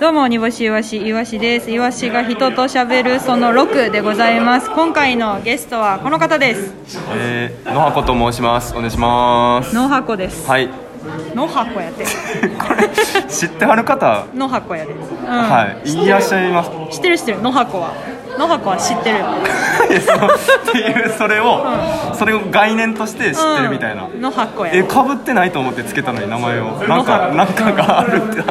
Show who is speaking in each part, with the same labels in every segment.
Speaker 1: どうも、煮干しいわし、いわしです。いわしが人と喋るその6でございます。今回のゲストはこの方です。
Speaker 2: えー、野箱と申します。お願いします。
Speaker 1: 野箱です。
Speaker 2: はい。
Speaker 1: 野箱やって。
Speaker 2: 知ってはる方、
Speaker 1: 野箱やで。うん、
Speaker 2: はい、い らっしゃいます。
Speaker 1: 知ってる知ってる、野箱は。野箱は知ってるよ。
Speaker 2: いやそのっていうそれを、それを概念として知ってるみたいな。
Speaker 1: うん野箱や。
Speaker 2: え、かぶってないと思ってつけたのに名前をなん
Speaker 1: 野
Speaker 2: か
Speaker 1: 箱
Speaker 2: なんかがある って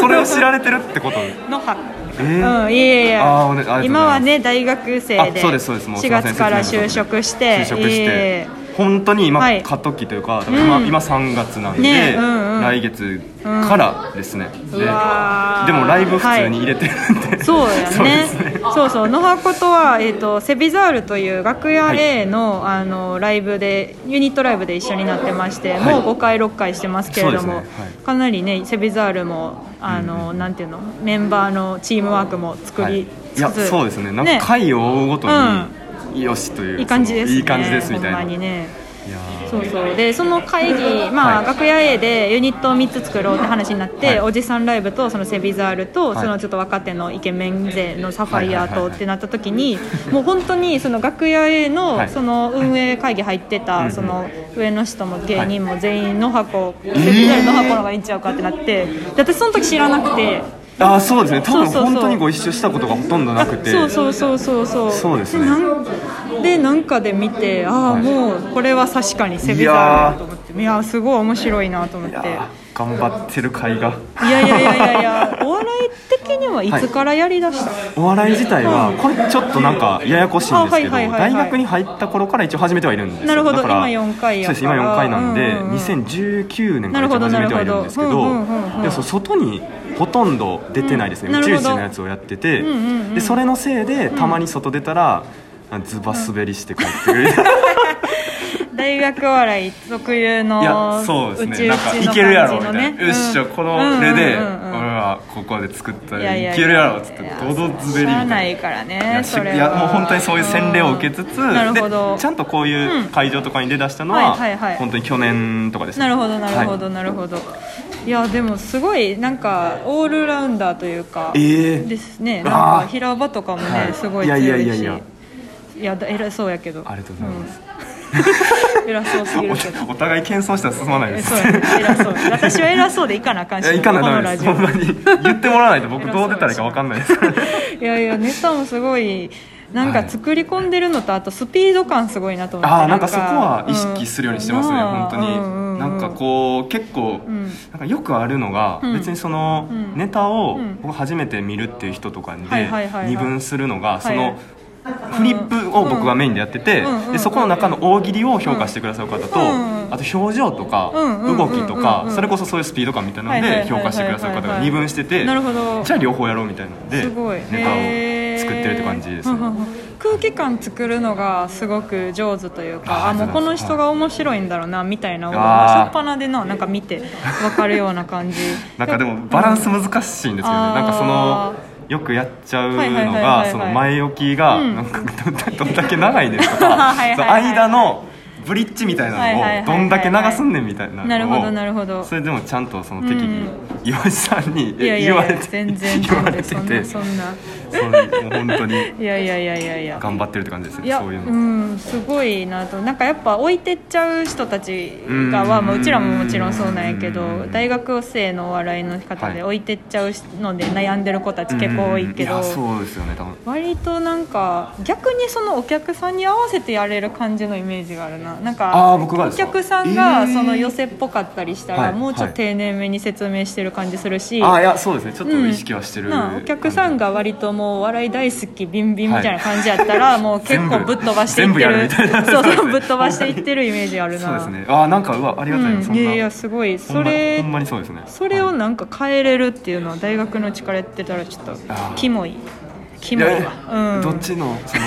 Speaker 2: それを知られてるってこと
Speaker 1: 野箱。
Speaker 2: えー
Speaker 1: うん、いえいえ
Speaker 2: あーおねありがとうございます
Speaker 1: 今はね大学生で
Speaker 2: あそうですそうですもうす
Speaker 1: 4
Speaker 2: いません
Speaker 1: 月から就職して
Speaker 2: 就職して、
Speaker 1: いえいえ
Speaker 2: 本当に今、
Speaker 1: はい
Speaker 2: 過渡期というか多分今,、
Speaker 1: うん
Speaker 2: 今3月なんで、
Speaker 1: ねうんうん
Speaker 2: 来月からですね、
Speaker 1: う
Speaker 2: ででも
Speaker 1: わー
Speaker 2: ライブ普通に入れてるんで、
Speaker 1: そうや
Speaker 2: そうで
Speaker 1: ね
Speaker 2: すね
Speaker 1: そうそう野箱とは、えー、とセビザールという楽屋 A の,、あのライブでユニットライブで一緒になってまして、
Speaker 2: はい
Speaker 1: もう5回6回してますけれども、
Speaker 2: そうですねはい
Speaker 1: かなりねセビザールもあの、なんていうのメンバーのチームワークも作
Speaker 2: はい、
Speaker 1: り
Speaker 2: い
Speaker 1: つつ、
Speaker 2: やそうですねなんか回を追うごとに、よしという
Speaker 1: いい感じです、ね、
Speaker 2: そのいい感じですみたい
Speaker 1: ほ
Speaker 2: なん
Speaker 1: まにね
Speaker 2: いやー
Speaker 1: そうそうでその会議、まあ
Speaker 2: はい
Speaker 1: 楽屋 A でユニットを3つ作ろうって話になって、
Speaker 2: はい
Speaker 1: おじさんライブとそのセビザールと、
Speaker 2: はい
Speaker 1: そのちょっと若手のイケメン勢のサファイア
Speaker 2: はいはい
Speaker 1: と
Speaker 2: はいはい
Speaker 1: ってなった時に、もう本当にその楽屋 A
Speaker 2: は
Speaker 1: の
Speaker 2: い
Speaker 1: その運営会議入ってた、
Speaker 2: んうん
Speaker 1: その上の人も芸人も全員野箱、セビザールの箱の方がいいんちゃうかってなってで私その時知らなくて。
Speaker 2: あーそうですね多分
Speaker 1: そうそうそう
Speaker 2: 本当にご一緒したことがほとんどなくて
Speaker 1: そうそうそうそうそう
Speaker 2: そうですね
Speaker 1: なんでなんかで見てああ
Speaker 2: はい
Speaker 1: もうこれは確かにセビザールだと思っていやーすごい面白いなと思っ
Speaker 2: い
Speaker 1: て
Speaker 2: やー頑張ってる会が
Speaker 1: いやいやいやいやい やお笑い的にはいつからやりだした、
Speaker 2: お笑い自体はこれちょっとなんかややこしいんですけど
Speaker 1: あはいはいはいはい
Speaker 2: 大学に入った頃から一応始めてはいるんですよ
Speaker 1: なるほど
Speaker 2: だから
Speaker 1: 今4回や
Speaker 2: そう
Speaker 1: から
Speaker 2: です今4回なんで、
Speaker 1: うんうんうん
Speaker 2: 2019年から一応始めてはいるんですけど
Speaker 1: なるほどなるほどうんうんうんうん
Speaker 2: でもそう外にほとんど出てないですね、
Speaker 1: うんな
Speaker 2: 宇
Speaker 1: る
Speaker 2: 宙
Speaker 1: ほど
Speaker 2: 人のやつをやってて、
Speaker 1: んうんうん
Speaker 2: でそれのせいでたまに外出たら、ズバ滑りして帰ってく る、
Speaker 1: 大学お笑い特有の
Speaker 2: いやそうです
Speaker 1: う
Speaker 2: ね
Speaker 1: ちうちの
Speaker 2: なんかいけるやろみたいな、
Speaker 1: 感じのね
Speaker 2: よっしゃこのれで俺
Speaker 1: うんうんうんうん
Speaker 2: はここで作った
Speaker 1: いや
Speaker 2: ら
Speaker 1: いや
Speaker 2: い
Speaker 1: い
Speaker 2: けるやろっつって
Speaker 1: や
Speaker 2: 堂々滑りみ
Speaker 1: しゃあ
Speaker 2: たいな
Speaker 1: ないから
Speaker 2: い
Speaker 1: ね
Speaker 2: やし
Speaker 1: それはい
Speaker 2: やもう本当にそういう洗礼を受けつつ、
Speaker 1: うんなるほど
Speaker 2: でちゃんとこういう会場とかに出だしたの
Speaker 1: うん
Speaker 2: は、
Speaker 1: はいはいはい
Speaker 2: 本当に去年とかですね
Speaker 1: なるほどなるほど、
Speaker 2: はい
Speaker 1: なるほどいやでもすごいなんかオールラウンダーというか、
Speaker 2: ええ
Speaker 1: ですね
Speaker 2: う
Speaker 1: なん
Speaker 2: わー
Speaker 1: か平場とかもね、
Speaker 2: はい
Speaker 1: すごい強いし
Speaker 2: いやいやいやいや
Speaker 1: いやだ偉そうやけど
Speaker 2: ありがとうございます、
Speaker 1: うん偉そうすぎるけど
Speaker 2: おお互い謙遜したら進まない
Speaker 1: え
Speaker 2: です
Speaker 1: そうやね偉 そう私は偉そうでいかなあかん
Speaker 2: い
Speaker 1: し
Speaker 2: やいかない
Speaker 1: この
Speaker 2: ダメ
Speaker 1: ラ
Speaker 2: です
Speaker 1: ジ
Speaker 2: ほ
Speaker 1: オ
Speaker 2: んまに言ってもらわないと僕どう出たらいいか分かんないです
Speaker 1: いやいやネタもすごいなん
Speaker 2: は
Speaker 1: か
Speaker 2: い
Speaker 1: 作り込んでるのとあとスピード感すごいなと思って
Speaker 2: ああなんかそこは意識するようにしてますね、
Speaker 1: うん
Speaker 2: 本当に、
Speaker 1: うんうんうん
Speaker 2: なんかこう結構、
Speaker 1: ん
Speaker 2: なんかよくあるのが、
Speaker 1: うん
Speaker 2: 別にその、
Speaker 1: うん
Speaker 2: ネタを、
Speaker 1: うん
Speaker 2: 僕初めて見るっていう人とかで
Speaker 1: はいはいはいはい
Speaker 2: 二分するのが、そ
Speaker 1: はい
Speaker 2: のフリップを僕がメインでやってて、
Speaker 1: うんうん
Speaker 2: でそこの中の大喜利を評価してくださる方と、
Speaker 1: うん
Speaker 2: あと表情とか、
Speaker 1: うんうんうんうん
Speaker 2: 動きとか、
Speaker 1: うん
Speaker 2: それこそそういうスピード感みたいなの
Speaker 1: はいはい
Speaker 2: で
Speaker 1: はいはい
Speaker 2: 評
Speaker 1: はい
Speaker 2: 価してくださる方が二分してて、
Speaker 1: なるほど
Speaker 2: じゃあ両方やろうみたいなのです
Speaker 1: ごい
Speaker 2: ネタを作ってるって感じですね。
Speaker 1: へーうんうんうん空気感作るのがすごく上手というかあ
Speaker 2: あー
Speaker 1: もうこの
Speaker 2: ありがとうござい
Speaker 1: 人が面
Speaker 2: ます
Speaker 1: 白いんだろうなみたいなのが
Speaker 2: あー
Speaker 1: 初っ端でななんか見て分かるような感じ
Speaker 2: なんかでもバランス難しいんですよね、
Speaker 1: あー
Speaker 2: なんかそのよくやっちゃうの
Speaker 1: はいはいはいはいはい
Speaker 2: がその前置きが
Speaker 1: うん
Speaker 2: なんかどどんだけ長いねんとか
Speaker 1: はいはいはい
Speaker 2: その間のブリッジみたい
Speaker 1: はいはいはい
Speaker 2: な
Speaker 1: はい
Speaker 2: のをどんだけ流すんねんみたいなのを
Speaker 1: なるほどなるほど
Speaker 2: それでもちゃんとその適宜
Speaker 1: う
Speaker 2: 岩井さんに
Speaker 1: いや
Speaker 2: え
Speaker 1: い
Speaker 2: 言わ
Speaker 1: やい
Speaker 2: れ
Speaker 1: や
Speaker 2: て
Speaker 1: 全然
Speaker 2: 言われて
Speaker 1: そんな
Speaker 2: て
Speaker 1: そんな
Speaker 2: そうもう本当に
Speaker 1: いやいやいやいやいや
Speaker 2: 頑張ってるって感じです
Speaker 1: い
Speaker 2: ね
Speaker 1: や
Speaker 2: そうういうの、
Speaker 1: んすごいなとなんかやっぱ置いてっちゃう人たちがは
Speaker 2: うん
Speaker 1: まあうちらももちろんそうなんやけ
Speaker 2: う
Speaker 1: ど
Speaker 2: ん
Speaker 1: 大学生のお笑いの方
Speaker 2: はい
Speaker 1: で置いてっちゃうので悩んでる子たち結構多いけ
Speaker 2: うん
Speaker 1: ど
Speaker 2: やそうですよね多分
Speaker 1: 割となんか逆にそのお客さんに合わせてやれる感じのイメージがあるななんか
Speaker 2: あー僕が
Speaker 1: お
Speaker 2: ですか
Speaker 1: 客さんがその
Speaker 2: えー
Speaker 1: 寄せっぽかったりした
Speaker 2: は
Speaker 1: ら
Speaker 2: い
Speaker 1: もうちょっ
Speaker 2: は
Speaker 1: と
Speaker 2: い
Speaker 1: 丁寧めに説明してる感じするし
Speaker 2: あーいやそうですねちょっ
Speaker 1: う
Speaker 2: と
Speaker 1: ん
Speaker 2: 意識はしてる、
Speaker 1: なあお客さんが割ともう笑い大好きビンビンみたいな感じやったらもう結構
Speaker 2: 全部
Speaker 1: ぶっ飛ばしていっ
Speaker 2: 全部
Speaker 1: て
Speaker 2: やる
Speaker 1: る
Speaker 2: みたいな
Speaker 1: そうそうぶっ飛ばしていってるイメージある
Speaker 2: そう
Speaker 1: な
Speaker 2: ですねあーなんかうわありがたいな、
Speaker 1: う
Speaker 2: そ
Speaker 1: ん
Speaker 2: ん
Speaker 1: い
Speaker 2: な
Speaker 1: やいやすごい
Speaker 2: ほんま
Speaker 1: それ
Speaker 2: ほんまにそうですね
Speaker 1: それを
Speaker 2: はい
Speaker 1: なんか変えれるっていうのは大学の力やってたらちょっと
Speaker 2: ー
Speaker 1: キモいキモい
Speaker 2: い
Speaker 1: わ
Speaker 2: や
Speaker 1: うん
Speaker 2: どっちのその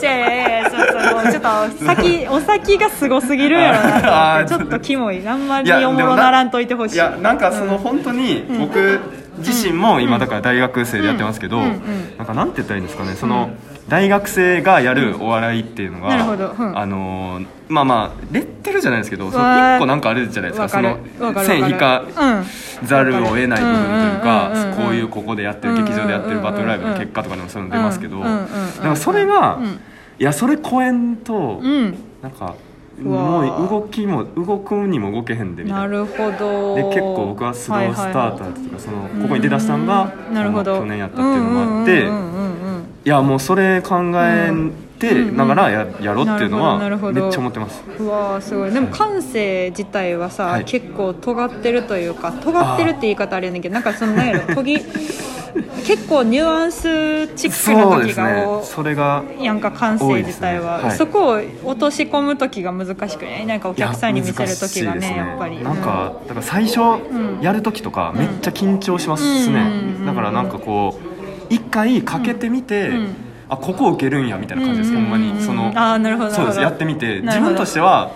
Speaker 1: じゃあそうそうちょっと先お先がすごすぎるやろな
Speaker 2: あー
Speaker 1: と思ってちょっとキモいあんま
Speaker 2: い
Speaker 1: り
Speaker 2: や
Speaker 1: おも
Speaker 2: で
Speaker 1: ろ
Speaker 2: も
Speaker 1: ならんといてほしい
Speaker 2: いやなんかその本当に僕自身も今だから大学生でやってますけど、
Speaker 1: うんうん
Speaker 2: なんかなんて言ったらいいんですかねその、大学生がやるお笑いっていうのが、
Speaker 1: なるほどうん
Speaker 2: あのーまあまあレッテルじゃないですけどその
Speaker 1: わー
Speaker 2: 1個なんかあるじゃないです
Speaker 1: わ
Speaker 2: か
Speaker 1: か
Speaker 2: そ
Speaker 1: る
Speaker 2: の
Speaker 1: わかる
Speaker 2: 線引か
Speaker 1: わかる
Speaker 2: ざるを得ない部分という
Speaker 1: うんうんうんうん
Speaker 2: かこういうここでやってる劇場でやってるバトルライブの結果とかにもそういうの出ますけ
Speaker 1: う
Speaker 2: ど
Speaker 1: んうんうんうんうん
Speaker 2: なんかそれが
Speaker 1: うん
Speaker 2: いやそれ公演と
Speaker 1: うん
Speaker 2: なんか
Speaker 1: うわー
Speaker 2: もう動きも動くにも動けへんでみたい
Speaker 1: な
Speaker 2: な。
Speaker 1: るほど
Speaker 2: で結構僕はスロースターターっていうかそのここに出だしたんが
Speaker 1: うんなるほど
Speaker 2: 去年やったっていうのもあって
Speaker 1: うんうんうんうんうん
Speaker 2: いやもうそれ考えてながらややろうっていうのは
Speaker 1: なるほどなるほど
Speaker 2: めっちゃ思ってます
Speaker 1: うわーすごいでも感性自体はさ、
Speaker 2: はい
Speaker 1: 結構尖ってるというか尖ってるって言い方あれやねんけどなんかそのなんやろ研ぎ結構ニュアンスチック
Speaker 2: そ
Speaker 1: な
Speaker 2: うで
Speaker 1: 時
Speaker 2: すね
Speaker 1: が多
Speaker 2: それが
Speaker 1: いやんか感性自体は、
Speaker 2: 多いですねはい
Speaker 1: そこを落とし込む時が難しくないなんかお
Speaker 2: いや
Speaker 1: 客さんに見せる時が
Speaker 2: 難しいです
Speaker 1: ねやっぱり
Speaker 2: なんかだから最初
Speaker 1: ん
Speaker 2: やる時とかめっちゃ緊張しますね、
Speaker 1: うん
Speaker 2: だからなんかこう一回かけてみて、
Speaker 1: うん
Speaker 2: あここ受けるんやみたいな感じです、ほんまにその
Speaker 1: ああーなるほどなるほど
Speaker 2: そうですやってみて
Speaker 1: なる
Speaker 2: 自
Speaker 1: ほど
Speaker 2: 分としては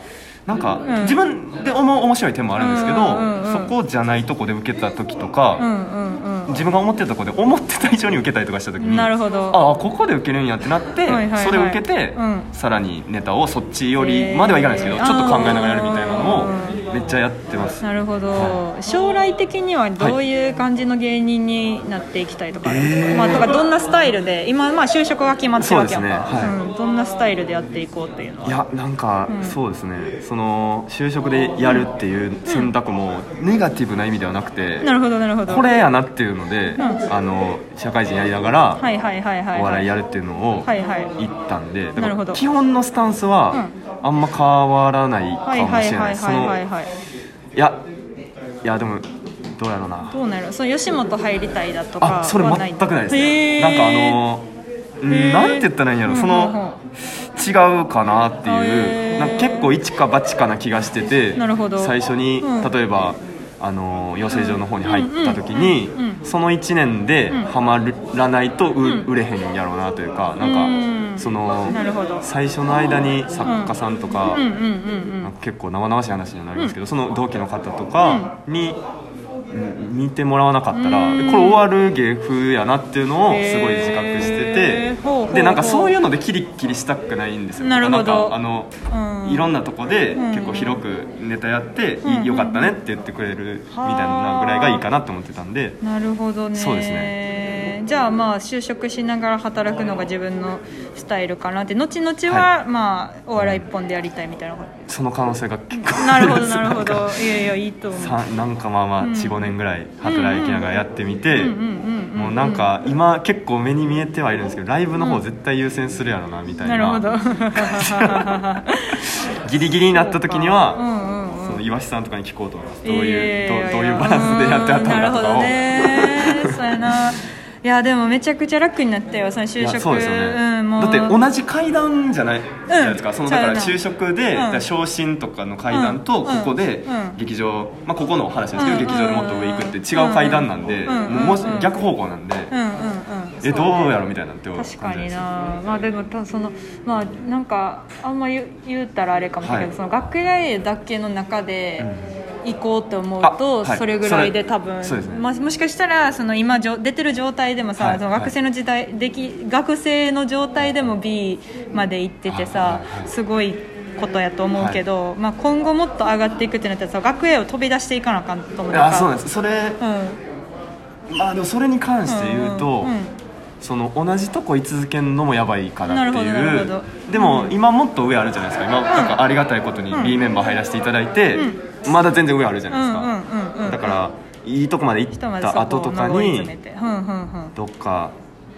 Speaker 2: なんか、
Speaker 1: ん
Speaker 2: 自分で思う面白い手もあるんですけど、
Speaker 1: うんうんうんうん
Speaker 2: そこじゃないとこで受けた時と
Speaker 1: う
Speaker 2: か、
Speaker 1: んうんうん
Speaker 2: 自分が思ってたとこで思ってた以上に受けたりとかした時に
Speaker 1: なるほど
Speaker 2: ああここで受けるんやってなって、
Speaker 1: はいはいはい
Speaker 2: それを受けて、
Speaker 1: うん
Speaker 2: さらにネタをそっちよりまではいかないですけど、
Speaker 1: えー
Speaker 2: ちょっと考えながらやるみたいなのをめっちゃやってます
Speaker 1: なるほど、将来的にはどういう感じの芸人になっていきたいとか,、
Speaker 2: えー
Speaker 1: まあ、とかどんなスタイルで今、まあ、就職が決まってるわけやんか
Speaker 2: そうですねは
Speaker 1: うん、どんなスタイルでやっていこうっていうのはい
Speaker 2: やなんか、そうですねその就職でやるっていう選択もネガティブな意味ではなくて、
Speaker 1: なるほどなるほど
Speaker 2: これやなっていうので、あの社会人やりながら、
Speaker 1: はいはいはいはい
Speaker 2: お笑いや
Speaker 1: る
Speaker 2: るっていうのを
Speaker 1: はいはい
Speaker 2: 言ったんで、だ
Speaker 1: なる
Speaker 2: か
Speaker 1: ほど
Speaker 2: ら基本のスタンスはあんま変わらないか
Speaker 1: はい
Speaker 2: も
Speaker 1: は
Speaker 2: し
Speaker 1: い
Speaker 2: れ
Speaker 1: は
Speaker 2: ないいそ
Speaker 1: はい
Speaker 2: の
Speaker 1: はい
Speaker 2: い
Speaker 1: はい
Speaker 2: やいやでもどうやろうな
Speaker 1: どうなるその吉本入りたいだとか
Speaker 2: あそれ
Speaker 1: は
Speaker 2: 全
Speaker 1: ない
Speaker 2: くないですね
Speaker 1: へー
Speaker 2: なんかあのうん
Speaker 1: へー
Speaker 2: なんて言ったらいいんやろそ
Speaker 1: うんうんうん
Speaker 2: の違うかなってい
Speaker 1: へー
Speaker 2: うなんか結構一か八かな気がしてて
Speaker 1: なるほど
Speaker 2: 最初に
Speaker 1: うん
Speaker 2: 例えばあの養成所の方に入った時に
Speaker 1: うんうんうんうん
Speaker 2: その1年でハマらないとう売れへんやろうなというかなん
Speaker 1: う
Speaker 2: か
Speaker 1: ん
Speaker 2: その
Speaker 1: なるほど
Speaker 2: 最初の間に作家さんとか
Speaker 1: うんうんうん
Speaker 2: なんか結構生々しい話になりますけど、その同期の方とかに、うん見てもらわなかったら、
Speaker 1: うん
Speaker 2: これ終わる芸風やなっていうのを
Speaker 1: へー
Speaker 2: すごい自覚してて、
Speaker 1: ほうほうほう
Speaker 2: でなんかそういうのでキリキリしたくないんですよ
Speaker 1: なるほど
Speaker 2: んかあの、
Speaker 1: うん
Speaker 2: いろんなとこで
Speaker 1: ん
Speaker 2: 結構広くネタやって、
Speaker 1: ん
Speaker 2: いよかったねって言ってくれるみたいなぐらいがいいかなと思ってたんで。
Speaker 1: うんなるほどね
Speaker 2: そうです
Speaker 1: じゃあまあ就職しながら働くのが自分のスタイルかなって後々はまあお笑い一本でやりたいみたいなこと
Speaker 2: その可能性が結構
Speaker 1: なるほ
Speaker 2: あ
Speaker 1: ど
Speaker 2: ります
Speaker 1: なる
Speaker 2: な
Speaker 1: ほ
Speaker 2: んか
Speaker 1: どいやいやいいと思う
Speaker 2: さなんかまあまあ45年ぐらい働きながらやってみて
Speaker 1: うんうんうん
Speaker 2: もうなんか今結構目に見えてはいるんですけどライブの方絶対優先するやろなみたい
Speaker 1: なるほ ど
Speaker 2: なギリギリになった時 に
Speaker 1: う
Speaker 2: は
Speaker 1: んうんうん
Speaker 2: その岩橋さんとかに聞こうと思いますどう
Speaker 1: え
Speaker 2: い
Speaker 1: ー
Speaker 2: うどうどういうバランスでやってあったんだとか
Speaker 1: な
Speaker 2: を
Speaker 1: るほどねそうやないやでもめちゃくちゃ楽になったよその
Speaker 2: い
Speaker 1: 就
Speaker 2: や
Speaker 1: 職
Speaker 2: そうですよね
Speaker 1: んもう
Speaker 2: だって同じ階段じゃないじゃないですかそのだから
Speaker 1: そうや
Speaker 2: 就
Speaker 1: な
Speaker 2: 職で
Speaker 1: うん
Speaker 2: だから昇進とかの階段と
Speaker 1: うん
Speaker 2: ここで
Speaker 1: うん
Speaker 2: 劇場まあここのお話ですけ
Speaker 1: う
Speaker 2: ど
Speaker 1: ん
Speaker 2: 劇場でもっと上行くって違う階段なんで
Speaker 1: うんうん
Speaker 2: もうもし
Speaker 1: うん
Speaker 2: 逆方向なんで
Speaker 1: うんうんうん
Speaker 2: えどう
Speaker 1: そうね
Speaker 2: やろみたいなって
Speaker 1: 確かになまあでもたそのまあなんかあんま言う言うたらあれかもしれないけ
Speaker 2: は
Speaker 1: ど
Speaker 2: い
Speaker 1: その楽屋 A だけの中で行こうと思うと
Speaker 2: あはい
Speaker 1: それぐらいで多分
Speaker 2: それそうですね
Speaker 1: まあもしかしたらその今じょ出てる状態でも
Speaker 2: は
Speaker 1: さ
Speaker 2: い
Speaker 1: その学生の時代でき学生の状態でも B まで行っててさ
Speaker 2: はいはい
Speaker 1: すごいことやと思うけどまあ今後もっと上がっていくってなったらさ学園を飛び出していかなあかんと思うから
Speaker 2: あそうなんですそれ
Speaker 1: うん
Speaker 2: まあでもそれに関して言うと、
Speaker 1: うんうん
Speaker 2: その同じとこ居続けるのもやばいかな
Speaker 1: なる
Speaker 2: ってい
Speaker 1: ほどなる
Speaker 2: う
Speaker 1: ほど
Speaker 2: でも今もっと上あるじゃないですか今なんかありがたいことに B メンバー入らせていただいて、まだ全然上あるじゃ
Speaker 1: う
Speaker 2: ないです
Speaker 1: ん
Speaker 2: か、
Speaker 1: うんうんうん
Speaker 2: だからいいとこまで行っ
Speaker 1: ひとまず
Speaker 2: た後とか
Speaker 1: そこを上り
Speaker 2: に
Speaker 1: 詰めてうんうんうん
Speaker 2: どっか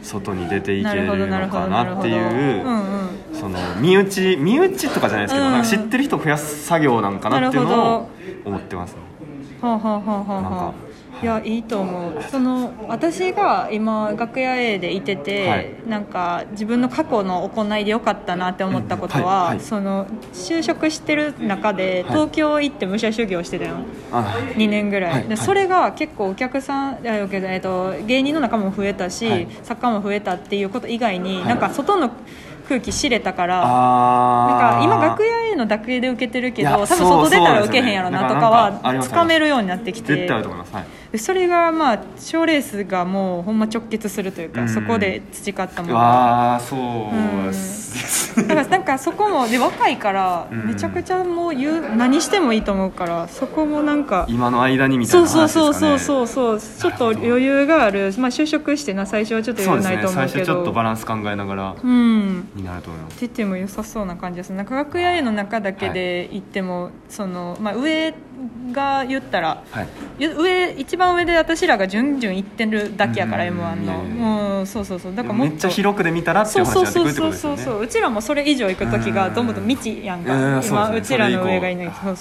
Speaker 2: 外に出ていけ
Speaker 1: なるほど
Speaker 2: る
Speaker 1: なる
Speaker 2: の
Speaker 1: ほど
Speaker 2: か
Speaker 1: なる
Speaker 2: な
Speaker 1: ほ
Speaker 2: っ
Speaker 1: ど
Speaker 2: ていう
Speaker 1: うんうん
Speaker 2: その身内身内とかじゃないですけど、
Speaker 1: うん
Speaker 2: なんか知ってる人増やす作業なんかなっていうのを思ってます、ね、
Speaker 1: はあ、はあはあはあ
Speaker 2: なん
Speaker 1: は
Speaker 2: か
Speaker 1: あ、いやいいと思うその私が今楽屋 A でいてて、
Speaker 2: はい
Speaker 1: なんか自分の過去の行いでよかったなって思ったことは、
Speaker 2: うんはいはい
Speaker 1: その就職してる中で
Speaker 2: はい
Speaker 1: 東京行って武者修行してたよ、
Speaker 2: あ
Speaker 1: 2年ぐらい、
Speaker 2: はい
Speaker 1: で
Speaker 2: はい
Speaker 1: それが結構お客さんあお客さんえっと、芸人の仲も増えたし、
Speaker 2: はい
Speaker 1: 作家も増えたっていうこと以外に、
Speaker 2: はい
Speaker 1: なんか外の空気知れたからなん
Speaker 2: あ
Speaker 1: か
Speaker 2: ー
Speaker 1: 今楽屋へのだけで受けてるけ
Speaker 2: い
Speaker 1: ど
Speaker 2: や
Speaker 1: 多分
Speaker 2: そう
Speaker 1: 外出たら
Speaker 2: そう
Speaker 1: 受
Speaker 2: です
Speaker 1: け
Speaker 2: よね
Speaker 1: へんやろなとか
Speaker 2: なんかなんかあり
Speaker 1: は
Speaker 2: ます
Speaker 1: つかめるようになってき
Speaker 2: 絶
Speaker 1: て
Speaker 2: 対あると思います、はい、
Speaker 1: でそれがまあ賞レースがもうほんま直結するというか、
Speaker 2: うん
Speaker 1: そこで培ったものが
Speaker 2: ああそうです
Speaker 1: だからなんかそこもで若いから
Speaker 2: うん
Speaker 1: めちゃくちゃもう言う何してもいいと思うからそこもなんか
Speaker 2: 今の間にみたい
Speaker 1: そう
Speaker 2: な
Speaker 1: そう
Speaker 2: 話ですか
Speaker 1: そ
Speaker 2: ね
Speaker 1: うそうそうそうちょっと余裕がある、まあ、就職してな最初はちょっと
Speaker 2: そう
Speaker 1: 余
Speaker 2: で
Speaker 1: 裕
Speaker 2: す
Speaker 1: ないと思
Speaker 2: ね最
Speaker 1: うけ
Speaker 2: 初ちょっと
Speaker 1: ど
Speaker 2: バランス考えながら
Speaker 1: うん
Speaker 2: になると思います
Speaker 1: 出ても良さそうな感じですなんか学屋への中だけで行っても、そのまあ、上が言ったら
Speaker 2: はい
Speaker 1: ゆ上一番上で私らが順々行ってるだけやから
Speaker 2: うん
Speaker 1: m 1
Speaker 2: いやいやいや
Speaker 1: のうんそうそうそうだからも
Speaker 2: め
Speaker 1: っ
Speaker 2: っちゃ
Speaker 1: と
Speaker 2: 広くで見たらってい
Speaker 1: そうう
Speaker 2: 話
Speaker 1: そ
Speaker 2: に
Speaker 1: う
Speaker 2: なってく
Speaker 1: そう
Speaker 2: る
Speaker 1: そう
Speaker 2: ってことです
Speaker 1: そ
Speaker 2: よ
Speaker 1: う
Speaker 2: ね
Speaker 1: そううちらもそれ以上行く時が
Speaker 2: うん
Speaker 1: どんどん未知やん
Speaker 2: うん
Speaker 1: か今
Speaker 2: そう
Speaker 1: う
Speaker 2: です
Speaker 1: ち
Speaker 2: ね
Speaker 1: らの上がいない
Speaker 2: それ以降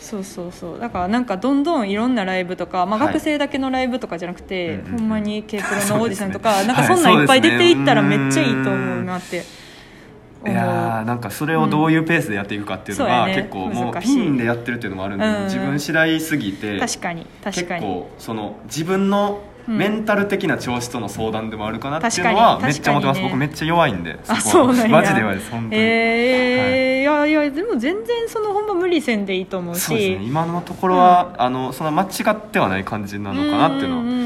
Speaker 1: そうそうそうそうそうだからなんかどんどんいろんなライブとか、まあ、
Speaker 2: はい
Speaker 1: 学生だけのライブとかじゃなくて、
Speaker 2: うんうんうん
Speaker 1: ほんまに k プロのオーディションと
Speaker 2: そう
Speaker 1: か、
Speaker 2: です
Speaker 1: な
Speaker 2: ね
Speaker 1: んかそんなんいっぱい
Speaker 2: は
Speaker 1: 出
Speaker 2: いそうですね
Speaker 1: ていったらめっちゃいいと思うなって思
Speaker 2: いうやーなんかそれをどういうペースでやっていくかっていうのが、
Speaker 1: うんそうやね
Speaker 2: 結構もう
Speaker 1: 難し
Speaker 2: ピ
Speaker 1: い
Speaker 2: ンでやってるっていうのもあるんで、
Speaker 1: うん
Speaker 2: 自分次第すぎて
Speaker 1: 確かに確
Speaker 2: 結
Speaker 1: かに
Speaker 2: 構その自分のメンタル的な調子との相談でもあるかなっていうの
Speaker 1: う
Speaker 2: は
Speaker 1: ん
Speaker 2: めっちゃ思ってま
Speaker 1: 確かに確か
Speaker 2: す、
Speaker 1: にね
Speaker 2: 僕めっちゃ弱いんでこは
Speaker 1: あそうなんや
Speaker 2: マジで弱いです本当に、
Speaker 1: えーい、やいやでも全然そのほんま無理せんでいいと思うし
Speaker 2: そうですね今のところは、あのそんな間違ってはない感じなのかなっていうのは
Speaker 1: うんうんうん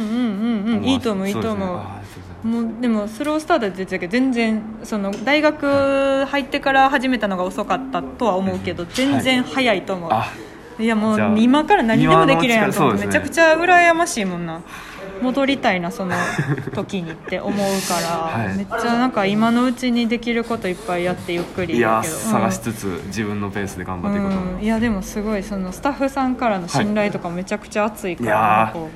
Speaker 1: うんうんいいと思ういいと思うもうでもスロースタートで出てたけど全然その大学入ってから始めたのが遅かったとは思うけど全然早いと思う、
Speaker 2: あ
Speaker 1: い、やも
Speaker 2: じゃあ
Speaker 1: う今から何でもできるやんと思う
Speaker 2: 今のうちからそうですね
Speaker 1: めちゃくちゃ羨ましいもんな戻りたいなその時にって思うから、
Speaker 2: はい
Speaker 1: めっちゃなんか今のうちにできることいっぱいやってゆっくり
Speaker 2: いや
Speaker 1: けど
Speaker 2: ー探しつつ、自分のペースで頑張っていこうと思います、
Speaker 1: うん、いやでもすごいそのスタッフさんからの信頼とかめちゃくちゃ熱いから、
Speaker 2: はい
Speaker 1: こ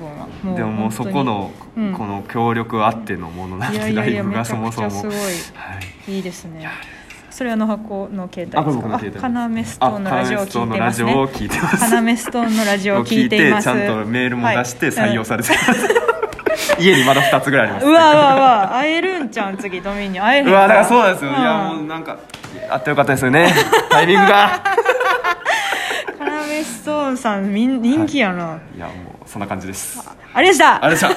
Speaker 1: うは
Speaker 2: でももうそこの、
Speaker 1: うん
Speaker 2: この協力あってのものなん
Speaker 1: いや
Speaker 2: で
Speaker 1: い
Speaker 2: ラ
Speaker 1: やい
Speaker 2: イ
Speaker 1: や
Speaker 2: ブ
Speaker 1: め
Speaker 2: が
Speaker 1: ち
Speaker 2: そ
Speaker 1: ゃ
Speaker 2: も
Speaker 1: く
Speaker 2: そ
Speaker 1: ちゃ
Speaker 2: も
Speaker 1: すごい
Speaker 2: はい
Speaker 1: いいですねそれはあの箱の携帯ですか
Speaker 2: あこれ僕の携帯です
Speaker 1: あカナメストーンの
Speaker 2: あ
Speaker 1: ラジオを聞いてます
Speaker 2: カナメストーンのラジオを
Speaker 1: ね
Speaker 2: 聞いてます
Speaker 1: カナメストーンのラジオを聞いています
Speaker 2: ちゃんとメールも出して採用
Speaker 1: れ
Speaker 2: されてます、家にまだ2つぐらいあります
Speaker 1: うわうわうわ会えるんちゃん次ドミニ会えへん
Speaker 2: うわだからそうなんですよ、
Speaker 1: ん
Speaker 2: いやもうなんかあってよかったです よねタイミングが
Speaker 1: カナメストーンさんみん人気やな、
Speaker 2: いやもうそんな感じです
Speaker 1: あれでした
Speaker 2: あれじゃん